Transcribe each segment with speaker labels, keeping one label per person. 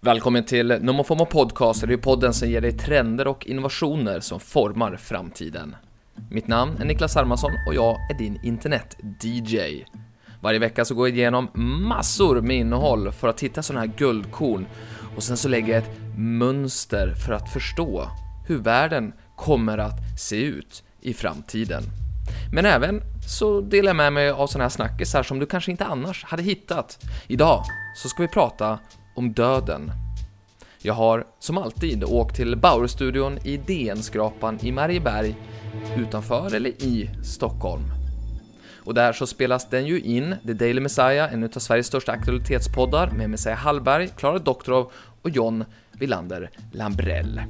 Speaker 1: Välkommen till Nomofomo Podcast, det är ju podden som ger dig trender och innovationer som formar framtiden. Mitt namn är Niklas Hermansson och jag är din internet-DJ. Varje vecka så går jag igenom massor med innehåll för att hitta sådana här guldkorn och sen så lägger jag ett mönster för att förstå hur världen kommer att se ut i framtiden. Men även så delar jag med mig av sådana här snackisar som du kanske inte annars hade hittat. Idag så ska vi prata om döden. Jag har som alltid åkt till Bauerstudion i DN-skrapan i Marieberg utanför eller i Stockholm. Och där så spelas den ju in, The Daily Messiah, en av Sveriges största aktualitetspoddar med Messiah Hallberg, Klara Doktorov och John Wilander Lambrell.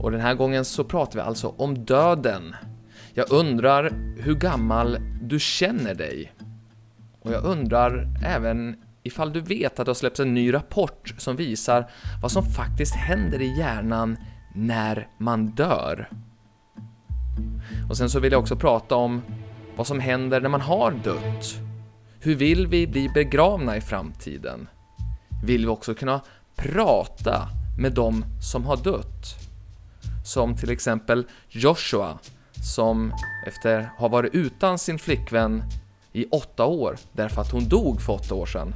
Speaker 1: Och den här gången så pratar vi alltså om döden. Jag undrar hur gammal du känner dig? Och jag undrar även ifall du vet att det har släppts en ny rapport som visar vad som faktiskt händer i hjärnan när man dör. Och sen så vill jag också prata om vad som händer när man har dött. Hur vill vi bli begravna i framtiden? Vill vi också kunna prata med de som har dött? Som till exempel Joshua som efter att ha varit utan sin flickvän i åtta år därför att hon dog för åtta år sedan.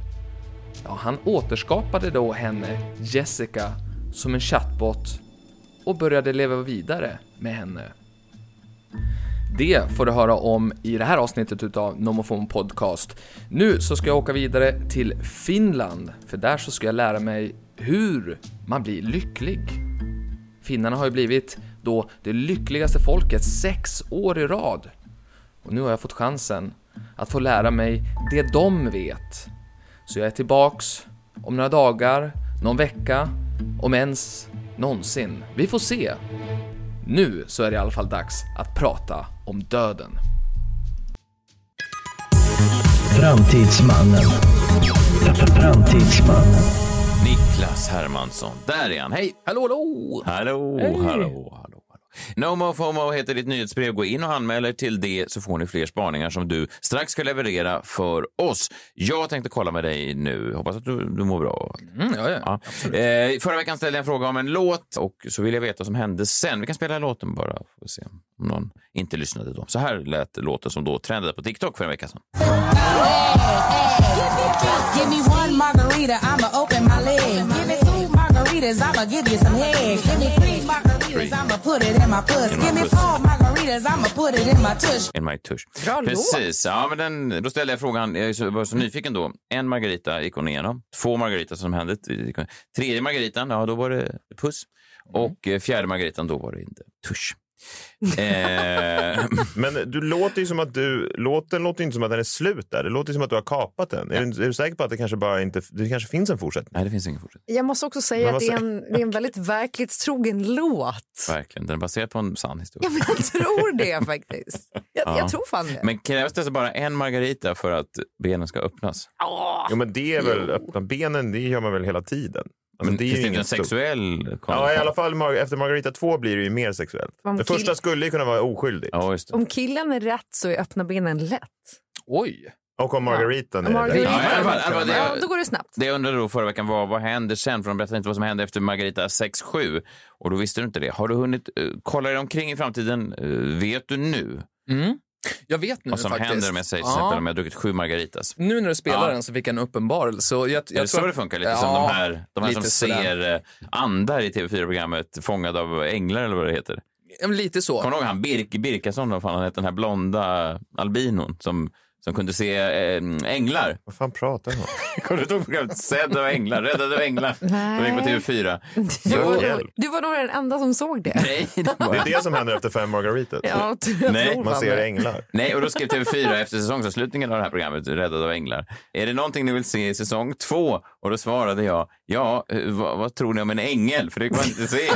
Speaker 1: Ja, han återskapade då henne, Jessica, som en chatbot och började leva vidare med henne. Det får du höra om i det här avsnittet utav Nomofon Podcast. Nu så ska jag åka vidare till Finland, för där så ska jag lära mig hur man blir lycklig. Finnarna har ju blivit då det lyckligaste folket sex år i rad. Och nu har jag fått chansen att få lära mig det de vet. Så jag är tillbaks om några dagar, någon vecka, om ens någonsin. Vi får se. Nu så är det i alla fall dags att prata om döden.
Speaker 2: Framtidsmannen. Framtidsmannen.
Speaker 3: Niklas Hermansson. Där är han. Hej!
Speaker 1: Hallå, hallå!
Speaker 3: Hallå, hallå, hallå, hallå. No Mo FOMO heter ditt nyhetsbrev. Gå in och anmäl er till det så får ni fler spaningar som du strax ska leverera för oss. Jag tänkte kolla med dig nu. Hoppas att du, du mår bra.
Speaker 1: Mm, ja, ja.
Speaker 3: Ja. Eh, förra veckan ställde jag en fråga om en låt och så vill jag veta vad som hände sen. Vi kan spela låten bara. Får se om någon inte lyssnade då. Så här lät låten som då trendade på TikTok för en vecka sedan.
Speaker 4: Give me one margarita, I'ma open my leg. Give me two margaritas, I'ma give you some head. Give me three margaritas, I'ma put it in my puss. Give me four margaritas, I'ma put it in my tush.
Speaker 3: In my tush. Bra Precis. Ja, men den, då ställde jag frågan, jag är så- var så nyfiken då. En Margarita gick hon igenom. Två Margarita som hände. Tredje Margaritan, ja då var det puss. Och eh, fjärde Margaritan, då var det inte tusch. eh,
Speaker 5: Men du låter ju som att du, låten låter inte som att den är slut där. Det låter ju som att du har kapat den. Är, du, är du säker på att det kanske bara inte, det kanske finns en fortsättning?
Speaker 3: nej, det finns ingen fortsättning.
Speaker 6: Jag måste också säga
Speaker 5: Men
Speaker 6: att
Speaker 5: vad
Speaker 6: det är, en, det är en väldigt verklighetstrogen låt.
Speaker 3: Verkligen. Den är baserad på en sann historia.
Speaker 6: Ja, men jag tror det faktiskt. Jag,
Speaker 3: Ja.
Speaker 6: jag tror fan det.
Speaker 3: Men krävs det alltså bara en Margarita för att benen ska öppnas?
Speaker 5: Jo, men det är väl öppna benen, det gör man väl hela tiden? Alltså,
Speaker 3: Men
Speaker 5: det är
Speaker 3: Mm, finns det inte
Speaker 5: ju
Speaker 3: en
Speaker 5: ingen stor-
Speaker 3: sexuell
Speaker 5: Ja, i alla fall Mar- efter Margarita 2 blir det ju mer sexuellt.
Speaker 6: Om
Speaker 5: Den
Speaker 6: kill-
Speaker 5: första skulle ju kunna vara oskyldig.
Speaker 3: Ja, just det.
Speaker 6: Om killen är rätt så är öppna benen lätt.
Speaker 1: Oj!
Speaker 5: Och om Margaritan är
Speaker 6: Margarita-
Speaker 5: det.
Speaker 3: Ja, i alla fall, i alla fall, det-
Speaker 6: Ja, då går det snabbt.
Speaker 3: Det jag undrade då förra veckan var vad händer sen? För de berättade inte vad som hände efter Margarita 6-7. Och då visste du inte det. Har du hunnit eh, kolla dig omkring i framtiden? Eh, vet du nu
Speaker 1: Mm. Jag vet nu
Speaker 3: vad som
Speaker 1: faktiskt.
Speaker 3: händer om jag säger till
Speaker 1: Ja.
Speaker 3: exempel om jag har druckit sju Margaritas?
Speaker 1: Nu när du spelar
Speaker 3: Ja.
Speaker 1: den så fick jag en uppenbarelse. Så Jag,
Speaker 3: Är det
Speaker 1: jag
Speaker 3: så
Speaker 1: tror
Speaker 3: det
Speaker 1: att-
Speaker 3: funkar? Lite
Speaker 1: Ja,
Speaker 3: som de här, de här som
Speaker 1: lite sådär.
Speaker 3: ser eh, andar i TV4-programmet Fångad av änglar eller vad det heter.
Speaker 1: Ja, men Lite så.
Speaker 3: Kommer du ihåg han Birk, Birkason, vad fan han hette, den här blonda albinon som, som kunde se eh, änglar?
Speaker 5: Vad fan pratar du om?
Speaker 3: Kommer du ihåg programmet Sedd av änglar, Räddad av änglar? De gick på
Speaker 6: Nej.
Speaker 3: TV4.
Speaker 6: Du var, nog,
Speaker 5: Hjälp.
Speaker 6: du var nog den enda som såg det.
Speaker 3: Nej, det var
Speaker 5: Det är det som händer efter fem Margaritas.
Speaker 6: Ja, jag
Speaker 3: Nej,
Speaker 6: tror
Speaker 5: Man
Speaker 6: fan
Speaker 5: ser
Speaker 6: det.
Speaker 5: änglar.
Speaker 3: Nej, och då skrev TV4 efter säsongsavslutningen av det här programmet, Räddad av änglar. Är det någonting ni vill se i säsong två? Och då svarade jag, ja, eh, vad, vad tror ni om en ängel? För det kan man inte se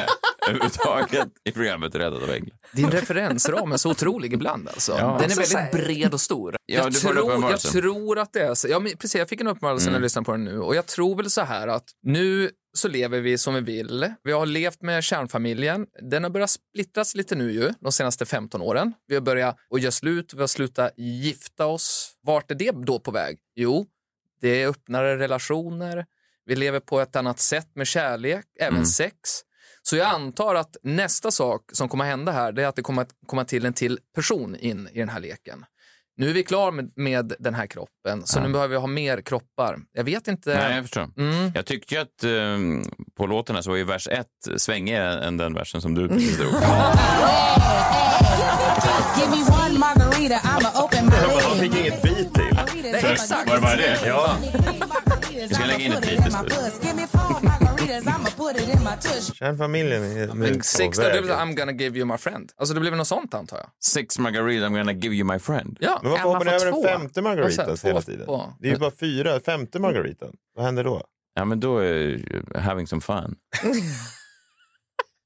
Speaker 3: överhuvudtaget i programmet Räddad av änglar.
Speaker 1: Din referensram är så otrolig ibland alltså. Den är
Speaker 6: Så
Speaker 1: väldigt
Speaker 6: säg.
Speaker 1: bred och stor.
Speaker 3: Ja,
Speaker 1: jag,
Speaker 3: du får en
Speaker 1: tror, jag
Speaker 3: uppenbarelse. Mm.
Speaker 1: tror att det är så. Ja, men precis, jag fick en uppenbarelse när jag lyssnade på den nu och jag tror väl så här att nu så lever vi som vi vill. Vi har levt med kärnfamiljen. Den har börjat splittras lite nu ju, de senaste 15 åren. Vi har börjat att göra slut, vi har slutat gifta oss. Vart är det då på väg? Jo, det är öppnare relationer. Vi lever på ett annat sätt med kärlek, även sex. Så jag antar att nästa sak som kommer hända här det är att det kommer att komma till en till person in i den här leken. Nu är vi klar med, med den här kroppen, så nu behöver vi ha mer kroppar. Jag vet inte. Mm.
Speaker 3: Nej, jag förstår. Jag tyckte ju att eh, på låten här så var ju vers ett svängigare än den versen som du precis drog.
Speaker 4: Give me one margarita, I'ma open my
Speaker 5: Men de
Speaker 4: leg.
Speaker 5: fick inget beat till.
Speaker 1: Nej,
Speaker 4: Margaritas, I'ma
Speaker 1: exakt.
Speaker 4: get
Speaker 3: Var det bara
Speaker 4: some
Speaker 3: det?
Speaker 4: head.
Speaker 5: Ja.
Speaker 4: Vi
Speaker 3: ska lägga in ett litet stöd.
Speaker 4: Give me four margaritas, I'ma put it in my tush.
Speaker 5: Kärnfamiljen är nu
Speaker 1: Men
Speaker 5: på
Speaker 1: sex, då, det
Speaker 5: väg.
Speaker 1: blir I'm gonna give you my friend. Alltså det blir väl något sånt antar jag.
Speaker 3: Six margarita, I'm gonna give you my friend.
Speaker 1: Ja.
Speaker 5: Men varför
Speaker 6: Emma
Speaker 5: hoppar ni
Speaker 6: får
Speaker 5: över den
Speaker 6: två.
Speaker 5: femte margaritan
Speaker 1: Och sen
Speaker 5: hela
Speaker 1: två
Speaker 5: tiden?
Speaker 1: på-
Speaker 5: Det är ju bara fyra. Femte margaritan. Vad händer då?
Speaker 3: Ja, men då är eh, having some fun.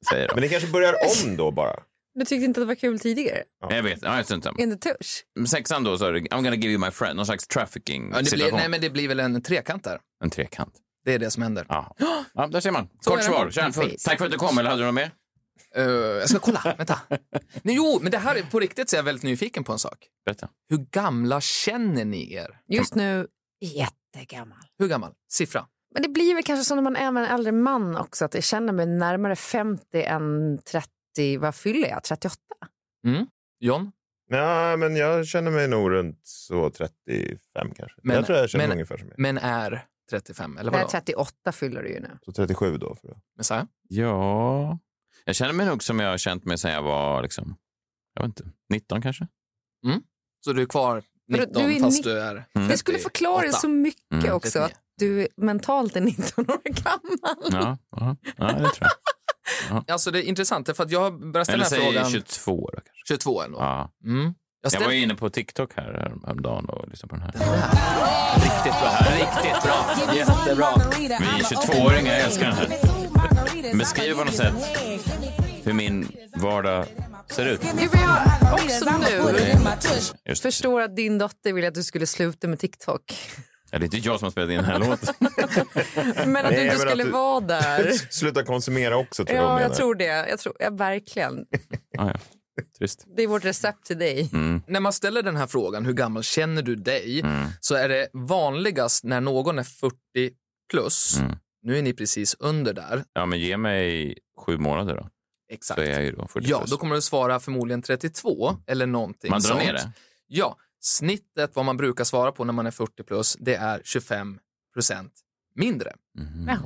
Speaker 3: Säger de.
Speaker 5: Men det kanske börjar om då bara.
Speaker 6: Du tyckte inte att det var kul tidigare?
Speaker 3: Jag vet, ja, jag vet inte.
Speaker 6: In the tush?
Speaker 3: Sexan då sa du, I'm gonna give you my friend, någon slags trafficking
Speaker 1: Ja, det blir,
Speaker 3: situation.
Speaker 1: nej, men det blir väl en trekant där.
Speaker 3: En trekant.
Speaker 1: Det är det som händer.
Speaker 3: Ja, ja där ser man.
Speaker 1: Så
Speaker 3: Kort
Speaker 1: är det.
Speaker 3: svar, kärnfullt. Tack för att du kom, eller hade du något mer?
Speaker 1: Eh, jag ska kolla, vänta. Nej, jo, men det här är på riktigt så är jag väldigt nyfiken på en sak.
Speaker 3: Berätta.
Speaker 1: Hur gamla känner ni er?
Speaker 6: Just nu jättegammal.
Speaker 1: Hur gammal? Siffra?
Speaker 6: Men det blir väl kanske så när man är med en äldre man också att jag känner mig närmare 50 än 30, vad fyller jag? 38?
Speaker 1: John?
Speaker 5: Nej, men jag känner mig nog runt så 35 kanske.
Speaker 1: Men-
Speaker 5: jag tror jag känner
Speaker 1: men-
Speaker 5: mig ungefär som jag.
Speaker 1: Men är 35, eller
Speaker 6: Nej,
Speaker 1: vadå?
Speaker 6: 38 fyller du ju nu.
Speaker 5: Så 37 då. För då.
Speaker 1: Messiah?
Speaker 3: Ja... Jag känner mig nog som jag har känt mig sen jag var liksom, jag vet inte, 19 kanske?
Speaker 1: Så du är kvar 19
Speaker 6: du är
Speaker 1: fast
Speaker 6: nitt- Mm.
Speaker 1: du är
Speaker 5: Mm.
Speaker 6: Det skulle förklara
Speaker 1: 38.
Speaker 6: så mycket
Speaker 3: Mm.
Speaker 6: också att du mentalt är 19 år gammal.
Speaker 3: Ja, ja, ja det tror jag.
Speaker 1: Alltså det är intressant, för att jag började
Speaker 3: Eller
Speaker 1: ställa den här
Speaker 3: säg
Speaker 1: frågan
Speaker 3: 22 då kanske.
Speaker 1: 22 ändå.
Speaker 3: Ja.
Speaker 1: Mm. Jag
Speaker 3: Jag var
Speaker 1: ställde
Speaker 3: ju inne på TikTok här härom- häromdagen och lyssnade på den här.
Speaker 1: riktigt bra, riktigt bra.
Speaker 4: Give me one
Speaker 1: Jättebra.
Speaker 4: margarita,
Speaker 3: Vi är
Speaker 4: I'ma
Speaker 3: 22-åringar, jag
Speaker 4: open my
Speaker 3: älskar den här.
Speaker 4: leg. Give me two margaritas,
Speaker 3: Beskriv på
Speaker 4: I'ma
Speaker 3: något
Speaker 4: get
Speaker 3: sätt
Speaker 4: some head.
Speaker 3: Hur min vardag ser ut.
Speaker 4: Give me
Speaker 6: Gud, vad jag
Speaker 4: four margaritas,
Speaker 6: också
Speaker 4: I'ma
Speaker 6: nu-
Speaker 4: put it in my tush.
Speaker 3: Just det.
Speaker 6: Förstår att din dotter ville att du skulle sluta med TikTok.
Speaker 3: Ja, det är inte jag som har spelat in den här låten.
Speaker 6: Men att
Speaker 5: Nej,
Speaker 6: du inte
Speaker 5: men att
Speaker 6: skulle
Speaker 5: du-
Speaker 6: vara där.
Speaker 5: Sluta konsumera också tror jag
Speaker 6: Ja,
Speaker 5: hon
Speaker 6: jag
Speaker 5: menar.
Speaker 6: tror det. Jag tror, ja, verkligen.
Speaker 3: Ah, ja. Trist.
Speaker 6: Det är vårt recept till dig.
Speaker 3: Mm,
Speaker 1: när man ställer den här frågan, hur gammal känner du dig? Så är det vanligast när någon är 40 plus.
Speaker 3: Mm.
Speaker 1: Nu är ni precis under där.
Speaker 3: Ja, men ge mig sju månader då,
Speaker 1: Exakt.
Speaker 3: så är jag ju då 40
Speaker 1: Ja,
Speaker 3: plus.
Speaker 1: då kommer du svara förmodligen 32 eller någonting
Speaker 3: Man drar
Speaker 1: sånt.
Speaker 3: ner det?
Speaker 1: Ja, snittet vad man brukar svara på när man är 40 plus, det är 25 procent mindre.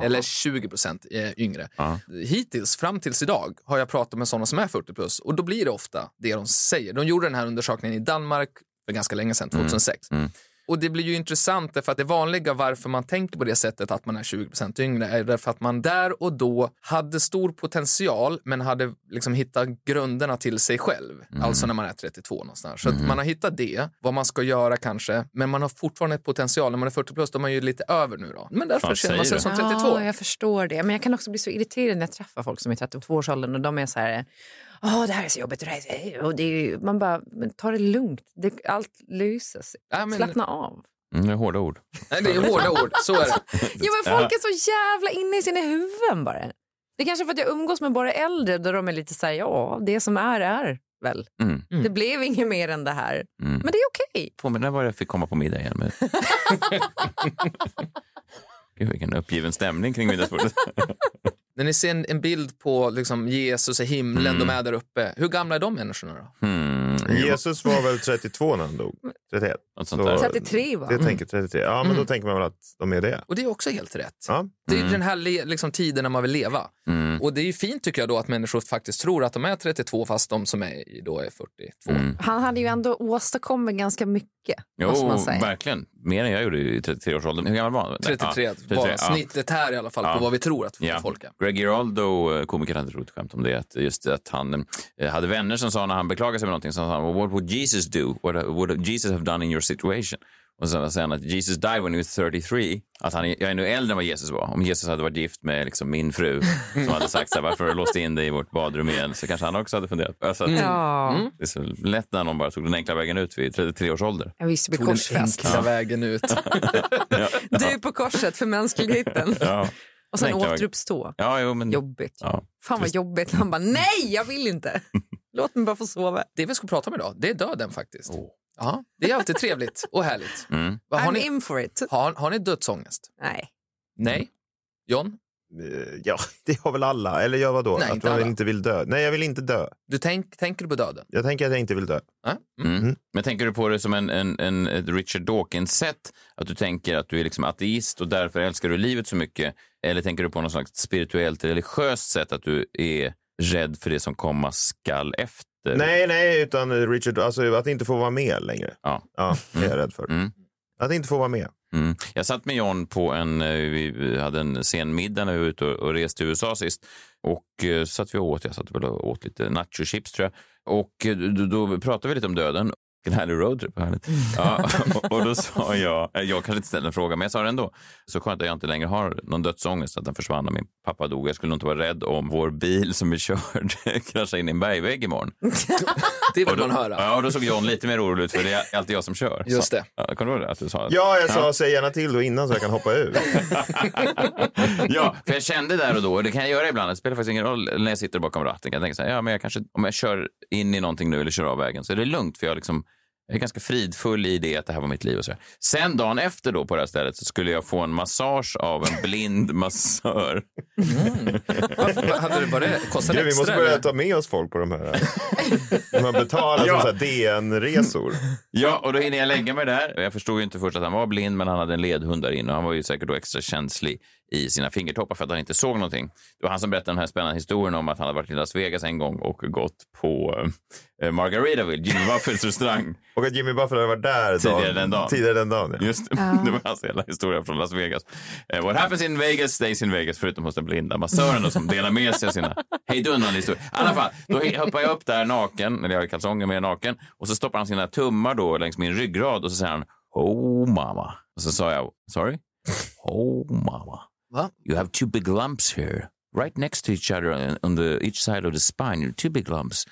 Speaker 1: Eller 20 procent eh, yngre.
Speaker 3: Ja.
Speaker 1: Hittills, fram tills idag, har jag pratat med sådana som är 40 plus och då blir det ofta det de säger. De gjorde den här undersökningen i Danmark för ganska länge sedan, 2006.
Speaker 3: Mm.
Speaker 1: Och det blir ju intressant därför att det vanliga varför man tänker på det sättet att man är 20% yngre är därför att man där och då hade stor potential men hade liksom hittat grunderna till sig själv.
Speaker 3: Mm.
Speaker 1: Alltså när man är 32 någonstans. Så att man har hittat det, vad man ska göra kanske, men man har fortfarande ett potential. När man är 40 plus, då är man ju lite över nu då. Men därför
Speaker 3: Fan,
Speaker 1: känner man sig
Speaker 3: säger
Speaker 1: som 32.
Speaker 6: Ja, jag förstår det. Men jag kan också bli så irriterad när jag träffar folk som är 32-årsåldern och de är så här, åh det här är så jobbigt och det här är så och det är ju, Man bara, men ta det lugnt. Det, allt löser sig.
Speaker 1: Ja, men-
Speaker 6: Slappna av.
Speaker 3: Mm, det är hårda ord.
Speaker 1: Nej, det är hårda ord, så är det.
Speaker 6: Ja, men folk är så jävla inne i sina huvuden bara. Det är kanske för att jag umgås med bara äldre där de är lite så här, ja det som är är väl.
Speaker 3: Mm.
Speaker 6: Det blev inget mer än det här.
Speaker 3: Mm.
Speaker 6: Men det är okej.
Speaker 3: påminna vad jag fick komma på middag igen. Men... Gud, vilken uppgiven stämning kring middagsbordet.
Speaker 1: När ni ser en, en bild på liksom, Jesus i himlen,
Speaker 3: Mm.
Speaker 1: de är där uppe. Hur gamla är de människorna då?
Speaker 6: Mm,
Speaker 3: Hmm.
Speaker 5: Jesus var väl 32 när han dog? 31?
Speaker 3: Något sånt där.
Speaker 6: 33 va?
Speaker 5: Jag tänker 33. Ja, men då tänker man väl att de är det.
Speaker 1: Och det är också helt rätt.
Speaker 5: Ja.
Speaker 1: Det är
Speaker 3: Mm.
Speaker 1: ju den här le- liksom, tiden när man vill leva. Och det är ju fint tycker jag då att människor faktiskt tror att de är 32 fast de som är i- då är 42.
Speaker 3: Mm.
Speaker 6: Han hade ju ändå åstadkommit ganska mycket. måste
Speaker 3: Jo,
Speaker 6: man säga.
Speaker 3: verkligen. Mer än jag gjorde i 33-årsåldern. Hur gammal var han?
Speaker 1: 33
Speaker 3: Ja,
Speaker 1: var
Speaker 3: 33, ja.
Speaker 1: snittet här i alla fall på
Speaker 3: Ja.
Speaker 1: vad vi tror att
Speaker 3: Ja.
Speaker 1: folk är.
Speaker 3: Greg Giraldo, eh, komikern, hade ett roligt skämt om det. Att just att han eh, hade vänner som sa när han beklagade sig för någonting, så sa han “What would Jesus do? What would Jesus have done in your situation?” Och sen säger han att Jesus died when he was 33. Att han är, jag är nu äldre än vad Jesus var. Om Jesus hade varit gift med liksom min fru som hade sagt så här, “Varför har du låst in dig i vårt badrum igen?” så kanske han också hade funderat. Alltså att
Speaker 6: Ja.
Speaker 3: Det är så lätt när någon bara tog den enkla vägen ut vid 33 års ålder.
Speaker 6: En Visby
Speaker 1: Tog den
Speaker 6: korsfest.
Speaker 1: enkla vägen ut.
Speaker 6: Du på korset för mänskligheten.
Speaker 3: Ja,
Speaker 6: Och sen
Speaker 3: Den enkla vägen.
Speaker 6: återuppstå.
Speaker 3: ja jo, men...
Speaker 6: Jobbigt.
Speaker 3: Ja.
Speaker 6: Fan vad jobbigt. Han bara, nej jag vill inte. Låt mig bara få sova.
Speaker 1: det vi ska prata om idag, det är döden faktiskt. Ja, det är alltid
Speaker 3: Mm.
Speaker 1: trevligt och härligt. Vad Har
Speaker 6: I'm
Speaker 1: ni,
Speaker 6: in for it.
Speaker 1: har, har ni dödsångest?
Speaker 6: Nej.
Speaker 3: Mm.
Speaker 1: Nej. John,
Speaker 5: Eh, Ja, det har väl alla. Eller jag vadå?
Speaker 1: Nej,
Speaker 5: att
Speaker 1: inte
Speaker 5: man
Speaker 1: alla.
Speaker 5: inte vill dö. Nej, jag vill inte dö.
Speaker 1: du tänk, tänker du på döden?
Speaker 5: Jag tänker att jag inte vill dö.
Speaker 1: Ja? Mm.
Speaker 3: Mm. Men tänker du på det som en, en, en ett Richard Dawkins-sätt? Att du tänker att du är liksom ateist och därför älskar du livet så mycket? Eller tänker du på något slags spirituellt religiöst sätt? Att du är rädd för det som komma skall efter?
Speaker 5: Nej, nej, utan eh, Richard, alltså att inte få vara med längre.
Speaker 3: Ja.
Speaker 5: Ja, det är jag rädd för.
Speaker 3: Mm.
Speaker 5: Att inte få vara med.
Speaker 3: Mm. Jag satt med John på en, eh, vi- vi hade en sen middag när vi var ute och, och reste i USA sist. Och eh, satt vi och åt, jag satt väl och åt lite nachochips tror jag. Och eh, då, då pratade vi lite om döden. En härlig roadtrip, vad härligt.
Speaker 1: Mm.
Speaker 3: Ja, och, och då sa jag, eh, jag kanske inte ställde en fråga, men jag sa det ändå. Så skönt att jag inte längre har någon dödsångest, att den försvann när min pappa dog. Jag skulle nog inte vara rädd om vår bil som är körd kraschar in i en bergvägg imorgon.
Speaker 1: Det
Speaker 3: Och
Speaker 1: vill
Speaker 3: då,
Speaker 1: man höra.
Speaker 3: ja, och då såg John lite mer orolig ut, för det är alltid jag som kör.
Speaker 1: Just
Speaker 3: Så-
Speaker 1: det.
Speaker 3: Ja, kommer du ihåg det? Att du sa
Speaker 5: Ja, jag sa säg gärna till då innan så jag kan hoppa ur.
Speaker 3: Ja, för jag kände där och då, och det kan jag göra ibland, det spelar faktiskt ingen roll när jag sitter bakom ratten. Jag tänker så här, ja, men jag kanske, om jag kör in i någonting nu eller kör av vägen så är det lugnt för jag, liksom, jag är ganska fridfull i det att det här var mitt liv och så där. Sen dagen efter då på det här stället så skulle jag få en massage av en blind massör.
Speaker 1: Vad Hade det varit, kostade
Speaker 5: Gud,
Speaker 1: det
Speaker 5: vi
Speaker 1: extra?
Speaker 5: måste börja
Speaker 1: eller?
Speaker 5: ta med oss folk på de här. Man betalar
Speaker 3: Ja.
Speaker 5: som så här DN-resor.
Speaker 3: Ja, och då hinner jag lägga mig där. Jag förstod ju inte först att han var blind, men han hade en ledhund där inne och han var ju säkert då extra känslig i sina fingertoppar för att han inte såg någonting. Det var han som berättade den här spännande historien om att han hade varit i Las Vegas en gång och gått på eh, Margaritaville, Jimmy Buffetts restaurang.
Speaker 5: Och att Jimmy Buffett hade varit där
Speaker 3: Tidigare den dagen.
Speaker 5: Tidigare den dagen ja.
Speaker 3: Just det, det var hans hela historia från Las Vegas. Eh, what happens in Vegas stays in Vegas, förutom hos den blinda massören då, som delar med sig av sina hejdundrande historier. I alla fall, då he- hoppar jag upp där naken, eller jag har kalsonger med naken, och så stoppar han sina tummar då längs min ryggrad och så säger han Oh mama. Och så sa jag sorry? Oh mama.
Speaker 1: Va?
Speaker 3: You have two big lumps here, right next to each other on- on the each side of the spine. You're two big lumps.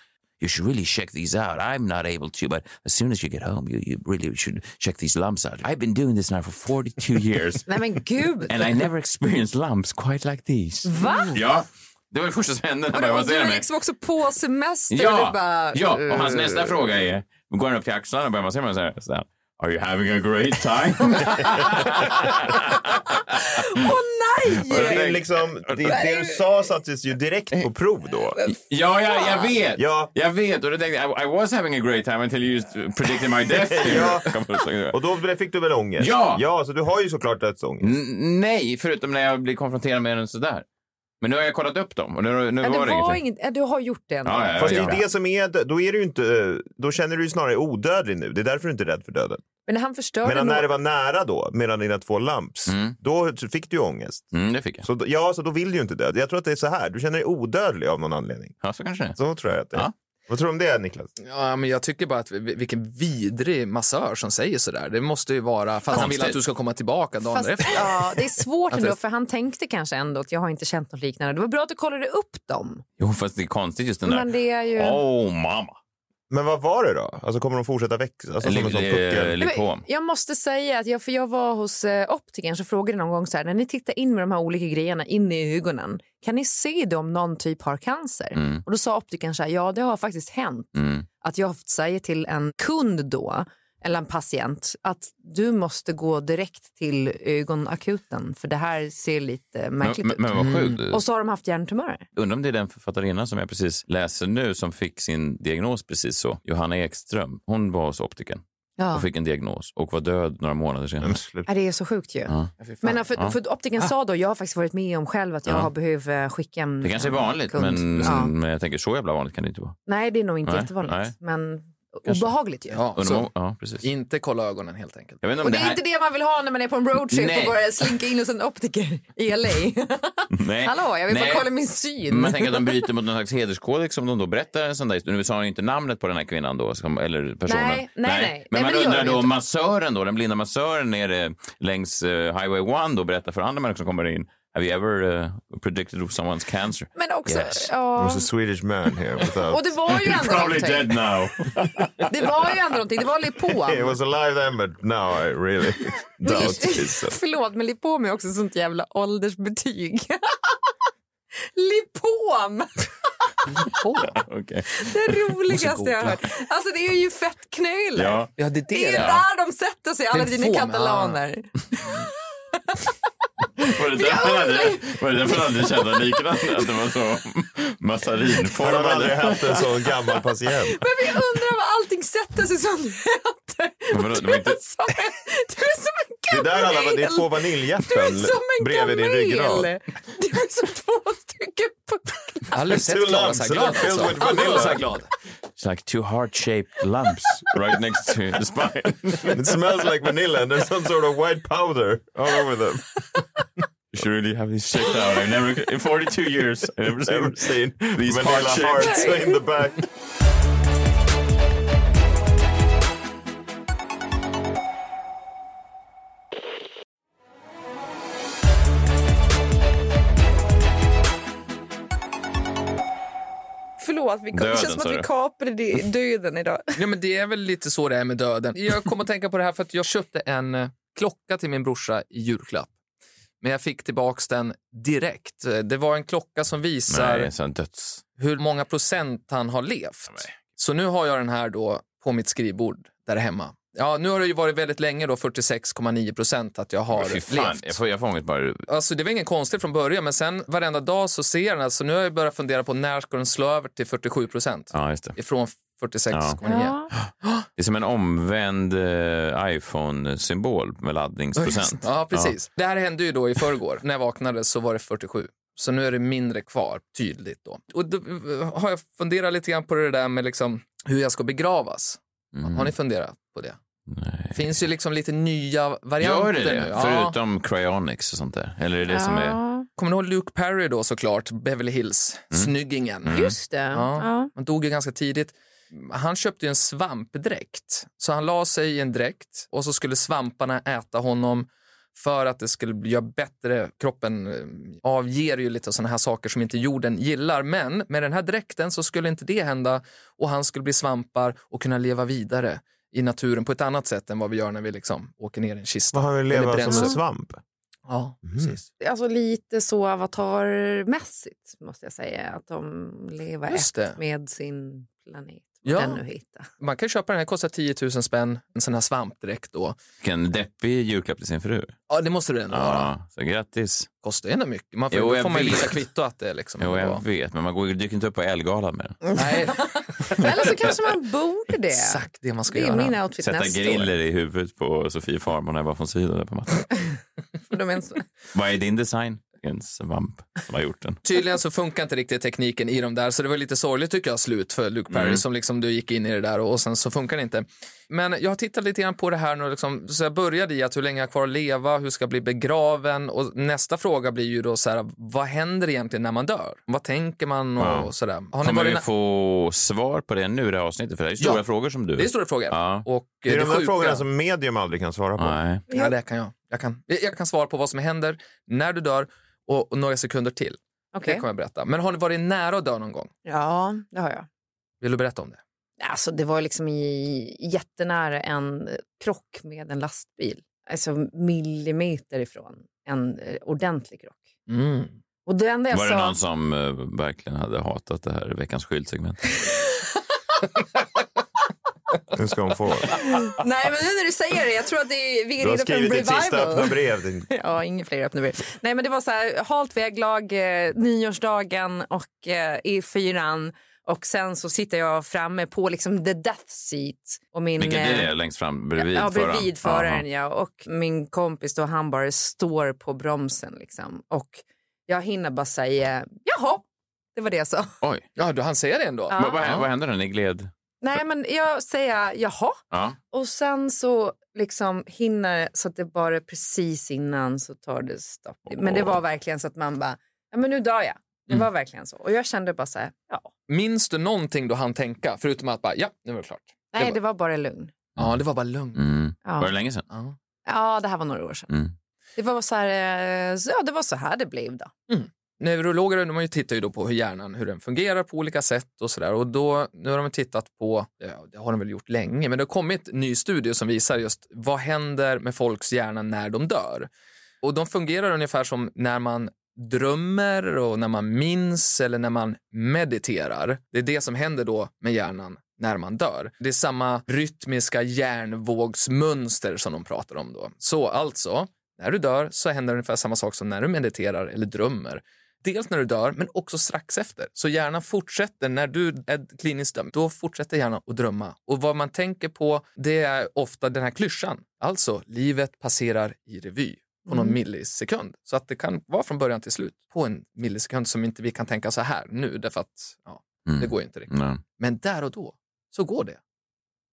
Speaker 3: You should really check these out. I'm not able to, but as soon as you get home, you, you really should check these lumps out. I've been doing this now for 42 years,
Speaker 6: Nej men gud!
Speaker 3: and I never experienced lumps quite like these.
Speaker 6: Va?
Speaker 3: Ja, det var det första som hände när jag
Speaker 6: Och
Speaker 3: var
Speaker 6: du
Speaker 3: där
Speaker 6: är
Speaker 3: med.
Speaker 6: liksom också på semester och
Speaker 3: Ja,
Speaker 6: du bara...
Speaker 3: ja, och hans
Speaker 6: eh,
Speaker 3: nästa fråga är, går han upp till axlarna och börjar massera mig och säger så här, Are you having a great time?
Speaker 6: Åh
Speaker 5: Och
Speaker 6: nej!
Speaker 5: det, är liksom, det, det du sa sattes ju direkt på prov då.
Speaker 3: Ja, ja, jag vet.
Speaker 5: Ja.
Speaker 3: Jag vet. Och då tänkte jag, I, I was having a great time until you just predicted my death.
Speaker 5: Ja.
Speaker 3: Kan man säga.
Speaker 5: Och då blev- fick du väl ångest?
Speaker 3: Ja.
Speaker 5: Ja, så du har ju såklart dödsångest.
Speaker 3: N- Nej, förutom när jag blir konfronterad med den sådär. Men nu har jag kollat upp dem och nu, nu
Speaker 6: Ja,
Speaker 3: var det
Speaker 6: det var
Speaker 3: inget.
Speaker 6: inget, ja, du har gjort det ändå.
Speaker 3: Ja, ja, ja,
Speaker 5: Fast
Speaker 3: ja.
Speaker 5: det är det som är, dö- då är du ju inte, eh, då känner du ju snarare odödlig nu. Det är därför du inte är rädd för döden.
Speaker 6: Men han förstörde
Speaker 5: Medan
Speaker 6: nog-
Speaker 5: när det var nära då, mellan dina två lamps, då fick du ju ångest.
Speaker 3: Mm, det fick jag.
Speaker 5: Så, d- ja, så då vill du ju inte dö. Jag tror att det är så här, du känner dig odödlig av någon anledning.
Speaker 3: Ja, så kanske det är.
Speaker 5: Så tror jag att det är.
Speaker 3: Ja.
Speaker 5: Vad tror du om det, Niklas?
Speaker 1: Ja, men jag tycker bara att vi- vilken vidrig massör som säger sådär. Det måste ju vara för att han vill
Speaker 3: Konstigt.
Speaker 1: att du ska komma tillbaka dagen
Speaker 6: Fast,
Speaker 1: efter.
Speaker 6: ja, det är svårt
Speaker 1: Att
Speaker 6: ändå,
Speaker 1: det-
Speaker 6: för han tänkte kanske ändå att jag har inte känt något liknande. Det var bra att du kollade upp dem.
Speaker 3: Jo, fast det är konstigt just den där.
Speaker 6: Men det är ju...
Speaker 3: Oh, mamma.
Speaker 5: Men vad var det då? Alltså kommer de fortsätta växa? Alltså, som en sån puckel?
Speaker 6: Nej, men
Speaker 3: Lipom.
Speaker 6: Jag måste säga att jag, för jag var hos eh, optikern så frågade någon gång så här, när ni tittar in med de här olika grejerna inne i ögonen, kan ni se det om någon typ har cancer?
Speaker 3: Mm.
Speaker 6: Och då sa optikern så här, ja det har faktiskt hänt att jag säger till en kund då, eller en patient, att du måste gå direkt till ögonakuten för det här ser lite
Speaker 3: Men,
Speaker 6: märkligt
Speaker 3: men, men vad sjukt.
Speaker 6: ut. Och så har de haft hjärntumörer.
Speaker 3: Undrar om det är den författarinnan som jag precis läser nu som fick sin diagnos precis så. Johanna Ekström. Hon var hos optiken
Speaker 6: Ja.
Speaker 3: och fick en diagnos och var död några månader
Speaker 5: Mm.
Speaker 3: senare.
Speaker 6: Ja, det är så sjukt ju. Men för, för optiken sa då, jag har faktiskt varit med om själv att jag har behövt eh, skicka en
Speaker 3: Det kanske är
Speaker 6: en
Speaker 3: vanligt,
Speaker 6: kund.
Speaker 3: men,
Speaker 6: Ja.
Speaker 3: men jag tänker så jävla vanligt kan det inte vara.
Speaker 6: Nej, det är nog inte
Speaker 3: Nej,
Speaker 6: jättevanligt.
Speaker 3: nej.
Speaker 6: Men
Speaker 3: Kanske.
Speaker 6: obehagligt ju.
Speaker 1: Ja,
Speaker 3: Undrar om,
Speaker 1: så
Speaker 3: ja, precis.
Speaker 1: inte kolla ögonen helt enkelt.
Speaker 3: Jag vet inte om
Speaker 6: Och det
Speaker 3: det
Speaker 6: är
Speaker 3: här...
Speaker 6: inte det man vill ha när man är på en roadtrip
Speaker 3: Nej.
Speaker 6: och bara slinka in hos en optiker i LA.
Speaker 3: Nej.
Speaker 6: Hallå, jag vill
Speaker 3: Nej.
Speaker 6: bara kolla min syn.
Speaker 3: Man tänker att de bryter mot någon slags hederskodex om de då berättar en sån där historia. Nu sa han ju inte namnet på den här kvinnan då, som, eller personen.
Speaker 6: Nej, nej, nej.
Speaker 3: Men
Speaker 6: Nej,
Speaker 3: man
Speaker 6: men det gör
Speaker 3: undrar
Speaker 6: de
Speaker 3: då
Speaker 6: ju
Speaker 3: om
Speaker 6: inte.
Speaker 3: massören då, den blinda massören nere längs eh, Highway 1 då berättar för andra människor som kommer in. Have you ever eh, predicted of someone's cancer?
Speaker 6: Men också,
Speaker 3: Yes.
Speaker 5: There
Speaker 6: ja.
Speaker 5: was a Swedish man here. without-
Speaker 6: Och det var ju ändå
Speaker 3: Probably dead
Speaker 6: någonting.
Speaker 3: now.
Speaker 6: Det var ju ändå någonting. Det var
Speaker 5: It
Speaker 6: lipom.
Speaker 5: was alive then, but now I really doubt this.
Speaker 6: Förlåt, men lipom är också ett sånt jävla åldersbetyg. lipom!
Speaker 3: Okej.
Speaker 6: Det roligaste jag har hört. Alltså det är ju fettknölar.
Speaker 3: Ja.
Speaker 1: Ja, det är
Speaker 6: Det är
Speaker 1: det.
Speaker 6: där de sätter sig, alla
Speaker 1: Lipom,
Speaker 6: dina katalaner.
Speaker 3: Var Var det därför han aldrig, var det därför han aldrig kände liknande? Att det var så
Speaker 5: Har de aldrig
Speaker 3: massarinformade?
Speaker 5: haft en sån gammal patient?
Speaker 6: Men vi undrar vad allting sätter sig som det heter.
Speaker 3: Vadå, det var inte-
Speaker 6: Du är som en- du är som en
Speaker 5: Det är,
Speaker 6: kamel.
Speaker 5: där alla, det är två
Speaker 6: Du är
Speaker 5: vaniljhjärtan
Speaker 6: som en
Speaker 5: bredvid din
Speaker 6: kamel.
Speaker 5: ryggrad.
Speaker 6: Du är som två stycken pucklar.
Speaker 1: Jag har aldrig sett
Speaker 5: Two
Speaker 1: Klara
Speaker 5: lumps,
Speaker 1: så här glad
Speaker 5: filled
Speaker 1: alltså.
Speaker 5: with
Speaker 1: Aldrig varit så här
Speaker 5: vanilla.
Speaker 1: glad.
Speaker 3: It's like two heart-shaped lumps right next to the spine.
Speaker 5: It smells like vanilla and there's some sort of white powder all over them.
Speaker 3: You should really have this checked out. I've never, in 42 years, I've never seen
Speaker 5: Never seen
Speaker 3: these
Speaker 5: vanilla
Speaker 3: heart-shaped...
Speaker 5: hearts in the back.
Speaker 6: Förlåt, vi
Speaker 3: Döden, känns som att sa vi du.
Speaker 6: kapade döden idag.
Speaker 1: Ja, men det är väl lite så det är med döden. Jag kommer att tänka på det här för att jag köpte en eh, klocka till min brorsa i julklapp. Men jag fick tillbaks den direkt. Eh, Det var en klocka som visar
Speaker 3: Nej, sån döds...
Speaker 1: hur många procent han har levt. Så nu har jag den här då på mitt skrivbord där hemma. Ja, nu har det ju varit väldigt länge då, 46,9 procent att jag har
Speaker 3: Fy fan,
Speaker 1: levt.
Speaker 3: jag får, jag får ångest bara.
Speaker 1: Alltså det var ingen konstigt från början, men sen varenda dag så ser jag den. Alltså, nu har jag börjat fundera på när ska den slå över till 47 procent?
Speaker 3: Ja, just det.
Speaker 1: Ifrån 46,9.
Speaker 3: Det är som en omvänd eh, iPhone-symbol med laddningsprocent.
Speaker 1: Ja, precis. Det här hände ju då i förrgår. När jag vaknade så var det 47. Så nu är det mindre kvar, tydligt då. Och då eh, har jag funderat lite grann på det där med liksom hur jag ska begravas. Har ni funderat på det?
Speaker 3: Mm. Nej.
Speaker 1: finns ju liksom lite nya varianter
Speaker 3: Gör det det?
Speaker 1: nu. Ja.
Speaker 3: Förutom cryonics och sånt där? Eller är det det som är...
Speaker 1: Kommer ni ihåg Luke Perry då såklart, Beverly Hills,
Speaker 3: Mm.
Speaker 1: snyggingen.
Speaker 6: Just det.
Speaker 1: Ja.
Speaker 6: Ja.
Speaker 1: Han dog ju ganska tidigt. Han köpte ju en svampdräkt, så han la sig i en dräkt och så skulle svamparna äta honom för att det skulle göra bättre. Kroppen eh, avger ju lite sådana här saker som inte jorden gillar. Men med den här dräkten så skulle inte det hända och han skulle bli svampar och kunna leva vidare i naturen på ett annat sätt än vad vi gör när vi liksom åker ner i en kista. Mm.
Speaker 5: Vad har vi
Speaker 1: Eller
Speaker 5: leva som
Speaker 1: bränsle.
Speaker 5: en svamp?
Speaker 1: Ja, precis.
Speaker 6: Alltså lite så avatarmässigt måste jag säga. Att de lever
Speaker 1: Just det.
Speaker 6: ett med sin planet.
Speaker 1: Ja.
Speaker 6: Ja. Den nu hittar.
Speaker 1: Man kan köpa den här, kostar 10 000 spänn, en sån här svampdräkt då.
Speaker 3: Vilken deppig julklapp till sin fru.
Speaker 1: Ja, det måste det ändå vara.
Speaker 3: Ja, så grattis.
Speaker 1: Kostar ju ändå mycket. Man får,
Speaker 3: Jo,
Speaker 1: då
Speaker 3: jag
Speaker 1: får man ju
Speaker 3: vet.
Speaker 1: visa kvitto att det är liksom...
Speaker 3: Jo,
Speaker 1: Ja.
Speaker 3: jag vet, men man går, dyker inte upp på Ellegalan med den.
Speaker 1: Nej,
Speaker 6: Eller så kanske man borde det.
Speaker 1: exakt det man ska
Speaker 6: Det är
Speaker 1: göra.
Speaker 6: min outfit
Speaker 3: Sätta
Speaker 6: nästa år.
Speaker 3: griller i huvudet på Sofie Farman när jag var från Sydow där på mattan.
Speaker 6: De är en sån-
Speaker 3: Vad är din design? En svamp som har gjort den.
Speaker 1: Tydligen så funkar inte riktigt tekniken i de där, så det var lite sorgligt tycker jag, slut för Luke Perry som liksom du gick in i det där och, och sen så funkar det inte. Men jag har tittat lite grann på det här nu, liksom, så jag började i att hur länge jag har kvar att leva, hur ska jag bli begraven och nästa fråga blir ju då så här, vad händer egentligen när man dör? Vad tänker man och,
Speaker 3: Ja.
Speaker 1: och så där? Har ni
Speaker 3: Kommer
Speaker 1: varit
Speaker 3: vi
Speaker 1: nä-
Speaker 3: få svar på det nu i det här avsnittet? För det här är stora
Speaker 1: Ja.
Speaker 3: frågor som du...
Speaker 1: Det är stora frågor.
Speaker 3: Ja.
Speaker 1: Och eh,
Speaker 5: Det är de där
Speaker 1: sjuka-
Speaker 5: frågorna som medium aldrig kan svara på.
Speaker 3: Nej.
Speaker 1: Ja, det kan jag. Jag kan, jag kan svara på vad som händer när du dör och, och några sekunder till. Det
Speaker 6: Okej.
Speaker 1: kommer jag berätta. Men har ni varit nära att dö någon gång?
Speaker 6: Ja, det har jag.
Speaker 1: Vill du berätta om det?
Speaker 6: Alltså, det var liksom i, jättenära en krock med en lastbil. Alltså millimeter ifrån. En eh, ordentlig krock.
Speaker 1: Mm.
Speaker 6: Och det enda jag
Speaker 3: Var
Speaker 6: sa...
Speaker 3: det någon som eh, verkligen hade hatat det här veckans skyltsegment?
Speaker 5: Nu ska hon få.
Speaker 6: Nej, men nu när du säger det, jag tror att det är, vi är
Speaker 5: Du har
Speaker 6: redo för en
Speaker 5: skrivit ditt sista öppna
Speaker 6: revival.
Speaker 5: brev. din-
Speaker 6: Ja, inga fler öppna brev. Nej, men det var så här, halt väglag, eh, nyårsdagen och eh, E4. Och sen så sitter jag framme på liksom the death seat. Och min,
Speaker 3: Vilket
Speaker 6: eh,
Speaker 3: är det? Längst fram? Bredvid
Speaker 6: ja, bredvid föraren.
Speaker 3: Aha.
Speaker 6: Ja. Och min kompis då, han bara står på bromsen. Liksom. Och jag hinner bara säga, jaha, det var det jag sa.
Speaker 3: Oj.
Speaker 1: Ja, du han säger det ändå.
Speaker 6: Ja.
Speaker 3: Vad, vad, vad hände när ni gled?
Speaker 6: Nej, men jag säger jaha.
Speaker 3: Ja.
Speaker 6: Och sen så liksom hinner så att det bara precis innan så tar det stopp. Men det var verkligen så att man bara, ja men nu dör jag. Det
Speaker 3: Mm.
Speaker 6: var verkligen så. Och jag kände bara så här, ja.
Speaker 1: Minns du någonting då han tänka? Förutom att bara, ja, nu var det klart.
Speaker 6: Nej,
Speaker 1: var-
Speaker 6: det var bara lugn.
Speaker 1: Ja, det var bara lugnt.
Speaker 3: Mm. Var det
Speaker 6: Ja.
Speaker 3: länge sedan?
Speaker 1: Ja.
Speaker 6: ja, det här var några år sedan.
Speaker 3: Mm.
Speaker 6: Det var så här, eh, så, ja det var så här det blev då.
Speaker 1: Neurologer de har ju tittar ju då på hur hjärnan hur den fungerar på olika sätt och sådär. Och då, nu har de tittat på, ja, det har de väl gjort länge, men det har kommit ny studie som visar just vad händer med folks hjärna när de dör. Och de fungerar ungefär som när man drömmer och när man minns eller när man mediterar. Det är det som händer då med hjärnan när man dör. Det är samma rytmiska hjärnvågsmönster som de pratar om då. Så alltså, När du dör så händer ungefär samma sak som när du mediterar eller drömmer. Dels när du dör, men också strax efter. Så hjärnan fortsätter, när du är kliniskt dömd, då fortsätter hjärnan att drömma. Och vad man tänker på, det är ofta den här klyschan. Alltså, livet passerar i revy på någon millisekund. Så att det kan vara från början till slut på en millisekund som inte vi kan tänka så här nu, därför att ja,
Speaker 3: Mm.
Speaker 1: det går ju inte riktigt.
Speaker 3: Nej.
Speaker 1: Men där och då så går det.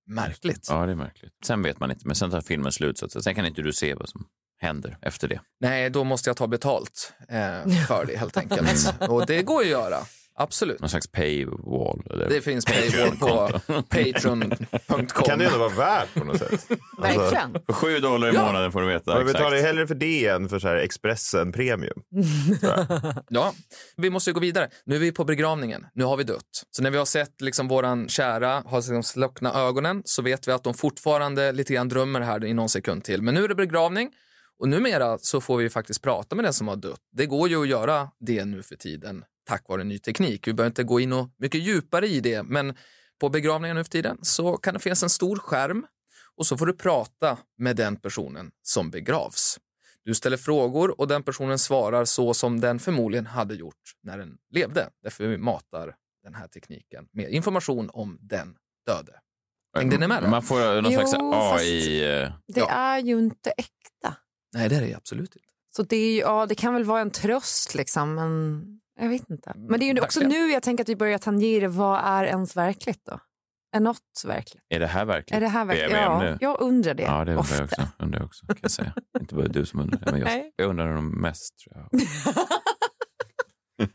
Speaker 1: Märkligt.
Speaker 3: Ja, det är märkligt. Sen vet man inte, men sen tar filmen slut. Så att, sen kan inte du se vad som händer efter det.
Speaker 1: Nej, då måste jag ta betalt eh, för det helt enkelt. Och det går ju att göra. Absolut.
Speaker 3: Någon slags paywall. Eller?
Speaker 1: Det finns Paywall på patreon.com.
Speaker 5: Kan det ändå vara värt på något sätt?
Speaker 3: Alltså,
Speaker 5: Alltså,
Speaker 6: Verkligen.
Speaker 3: För sju dollar i
Speaker 1: Ja.
Speaker 3: månaden får du veta.
Speaker 5: Man
Speaker 3: exakt.
Speaker 5: betalar ju hellre för det än för så här Expressen Premium.
Speaker 1: Ja, vi måste ju gå vidare. Nu är vi på begravningen. Nu har vi dött. Så när vi har sett liksom våran kära har liksom slockna ögonen så vet vi att de fortfarande lite grann drömmer här i någon sekund till. Men nu är det begravning och numera så får vi ju faktiskt prata med den som har dött. Det går ju att göra det nu för tiden tack vare ny teknik. Vi behöver inte gå in och mycket djupare i det, men på begravningen nu för tiden så kan det finnas en stor skärm och så får du prata med den personen som begravs. Du ställer frågor och den personen svarar så som den förmodligen hade gjort när den levde. Därför vi matar den här tekniken med information om den döde. Hängde ni med där?
Speaker 3: Mm. Man får någon slags
Speaker 6: Jo,
Speaker 3: AI... eh,
Speaker 6: Det
Speaker 1: Ja.
Speaker 6: är ju inte äkta.
Speaker 1: Nej, det är det absolut inte.
Speaker 6: Så det, är ju, ja, det kan väl vara en tröst, liksom, men jag vet inte. Men det är ju också
Speaker 1: Verkligen.
Speaker 6: nu jag tänker att vi börjar tangera vad är ens verkligt då? Är något verkligt?
Speaker 3: Är det här verkligt?
Speaker 6: Är det här verkligt?
Speaker 3: vi om
Speaker 6: Ja,
Speaker 3: det?
Speaker 6: jag undrar det,
Speaker 3: Ja, det undrar
Speaker 6: ofta.
Speaker 3: jag också. Undrar jag också kan jag säga. Inte bara du som undrar det, men jag,
Speaker 6: Nej.
Speaker 3: jag undrar dem mest. Tror jag.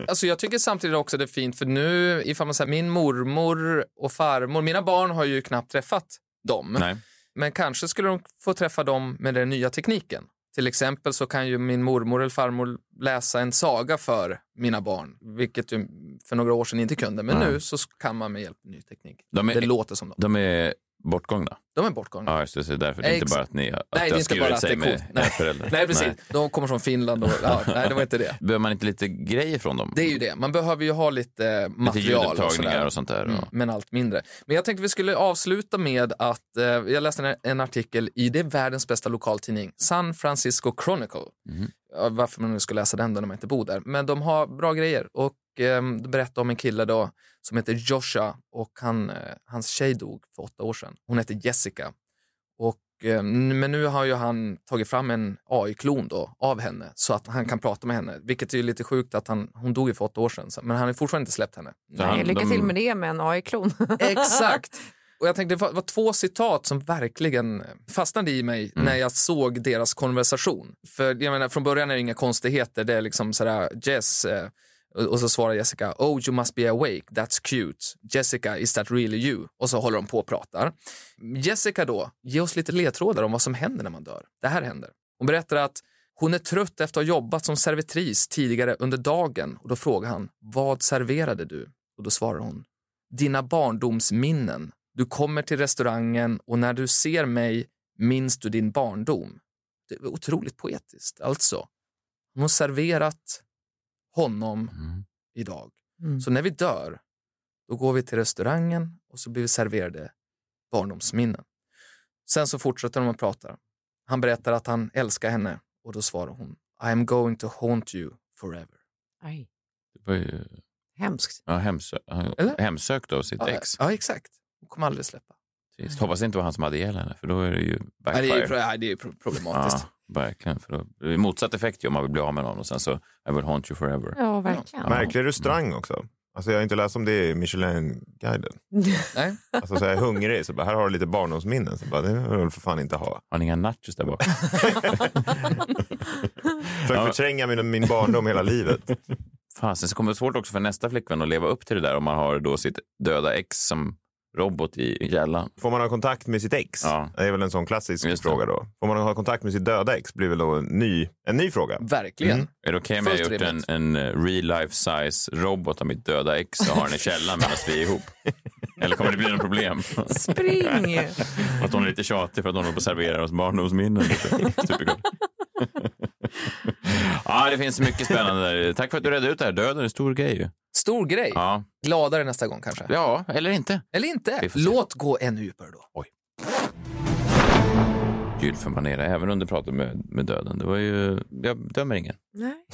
Speaker 1: Alltså jag tycker samtidigt också det är fint för nu, ifall man säger min mormor och farmor, mina barn har ju knappt träffat dem.
Speaker 3: Nej.
Speaker 1: Men kanske skulle de få träffa dem med den nya tekniken. Till exempel så kan ju min mormor eller farmor läsa en saga för mina barn, vilket ju för några år sedan inte kunde. Men
Speaker 3: Mm.
Speaker 1: nu så kan man med hjälp av ny teknik.
Speaker 3: De är-
Speaker 1: det låter som dem.
Speaker 3: De är bortgångna.
Speaker 1: De är bortgångna.
Speaker 3: Ja, just det. Så det är därför det är inte
Speaker 1: Exakt.
Speaker 3: bara att ni har- att
Speaker 1: Nej,
Speaker 3: det
Speaker 1: det
Speaker 3: har
Speaker 1: är inte bara
Speaker 3: skurit
Speaker 1: att det
Speaker 3: sig
Speaker 1: är
Speaker 3: med
Speaker 1: coolt.
Speaker 3: era
Speaker 1: Nej.
Speaker 3: föräldrar.
Speaker 1: Nej, precis.
Speaker 3: Nej.
Speaker 1: De kommer från Finland och... Ja, nej, det var inte det.
Speaker 3: Behöver man inte lite grejer från dem?
Speaker 1: Det är ju det. Man behöver ju ha lite eh,
Speaker 3: Lite
Speaker 1: material och
Speaker 3: ljudupptagningar
Speaker 1: sådär.
Speaker 3: och sånt där.
Speaker 1: Mm,
Speaker 3: Och...
Speaker 1: men allt mindre. Men jag tänkte vi skulle avsluta med att eh, jag läste en, en artikel i det är världens bästa lokaltidning, San Francisco Chronicle. Ja, varför man nu ska läsa den då när man inte bor där. Men de har bra grejer och eh, berättar om en kille då som heter Joshua och han, eh, hans tjej dog för åtta år sedan. Hon heter Jessica. Och, eh, men nu har ju han tagit fram en AI-klon då av henne så att han kan prata med henne. Vilket är ju lite sjukt att han, hon dog ju för åtta år sedan. så- Men han har ju fortfarande inte släppt henne.
Speaker 3: Så
Speaker 6: Nej,
Speaker 3: han-
Speaker 6: lycka
Speaker 3: de-
Speaker 6: till med det med en AI-klon.
Speaker 1: Exakt. Och jag tänkte, det var, var två citat som verkligen fastnade i mig när jag såg deras konversation. För jag menar, från början är det inga konstigheter. Det är liksom sådär, Jess, eh, och och så svarar Jessica, oh you must be awake, that's cute. Jessica, is that really you? Och så håller de på och pratar. Jessica då, ge oss lite ledtrådar om vad som händer när man dör. Det här händer. Hon berättar att hon är trött efter att ha jobbat som servitris tidigare under dagen och då frågar han, vad serverade du? Och då svarar hon, dina barndomsminnen. Du kommer till restaurangen och när du ser mig minns du din barndom. Det är otroligt poetiskt. Alltså, hon har serverat honom
Speaker 3: Mm.
Speaker 1: idag.
Speaker 6: Mm.
Speaker 1: Så när vi dör, då går vi till restaurangen och så blir vi serverade barndomsminnen. Sen så fortsätter de att prata. Han berättar att han älskar henne och då svarar hon I am going to haunt you forever.
Speaker 6: Aj,
Speaker 3: Det var ju
Speaker 6: hemskt.
Speaker 3: ja, hemsö... han-
Speaker 1: Eller?
Speaker 3: hemsökt av sitt ex.
Speaker 1: Ja, exakt. Hon kommer aldrig släppa.
Speaker 3: Trist. Hoppas det inte var han som hade ihjäl henne, för då är det
Speaker 1: Nej,
Speaker 3: ju backfire.
Speaker 1: det är ju pro- nej, det är ju pro- problematiskt.
Speaker 3: Ja, verkligen. För då, det är motsatt effekt ju om man vill bli av med någon och sen så I will haunt you forever.
Speaker 6: Ja, Mm. verkligen.
Speaker 3: Ja.
Speaker 5: Märklig restaurang också. Alltså jag har inte läst om det i Michelin-guiden.
Speaker 1: Nej.
Speaker 5: Alltså så här hungrig, så bara, här har du lite barndomsminnen. Så bara, det vill du för fan inte ha.
Speaker 3: Har ni inga nachos där bak?
Speaker 5: Försök förtränga min, min barndom hela livet.
Speaker 3: Fasen, så kommer det svårt också för nästa flickvän att leva upp till det där om man har då sitt döda ex som robot i gällan.
Speaker 5: Får man ha kontakt med sitt ex?
Speaker 3: Ja.
Speaker 5: Det är väl en sån klassisk
Speaker 3: Just det.
Speaker 5: fråga då. Får man ha kontakt med sitt döda ex blir väl då en ny, en ny fråga.
Speaker 1: Verkligen.
Speaker 3: Är det okej om jag har
Speaker 1: Fullt
Speaker 3: gjort en,
Speaker 1: rimligt.
Speaker 3: en eh, real life size robot av mitt döda ex och har den i källaren medan vi är ihop? Eller kommer det bli något problem?
Speaker 6: Spring!
Speaker 3: Att hon är lite tjatig för att hon håller på att servera oss barndomsminnen. typ. Lite. Superkul. Ja, det finns mycket spännande där. Tack för att du redde ut det här. Döden är en stor grej ju.
Speaker 1: Stor grej.
Speaker 3: Ja.
Speaker 1: Gladare nästa gång kanske.
Speaker 3: ja, eller inte.
Speaker 1: Eller inte.
Speaker 3: får se.
Speaker 1: Låt gå ännu djupare då.
Speaker 3: Gylfen Panera, även under pratet med, med döden. Det var ju, jag dömer ingen.
Speaker 6: Nej.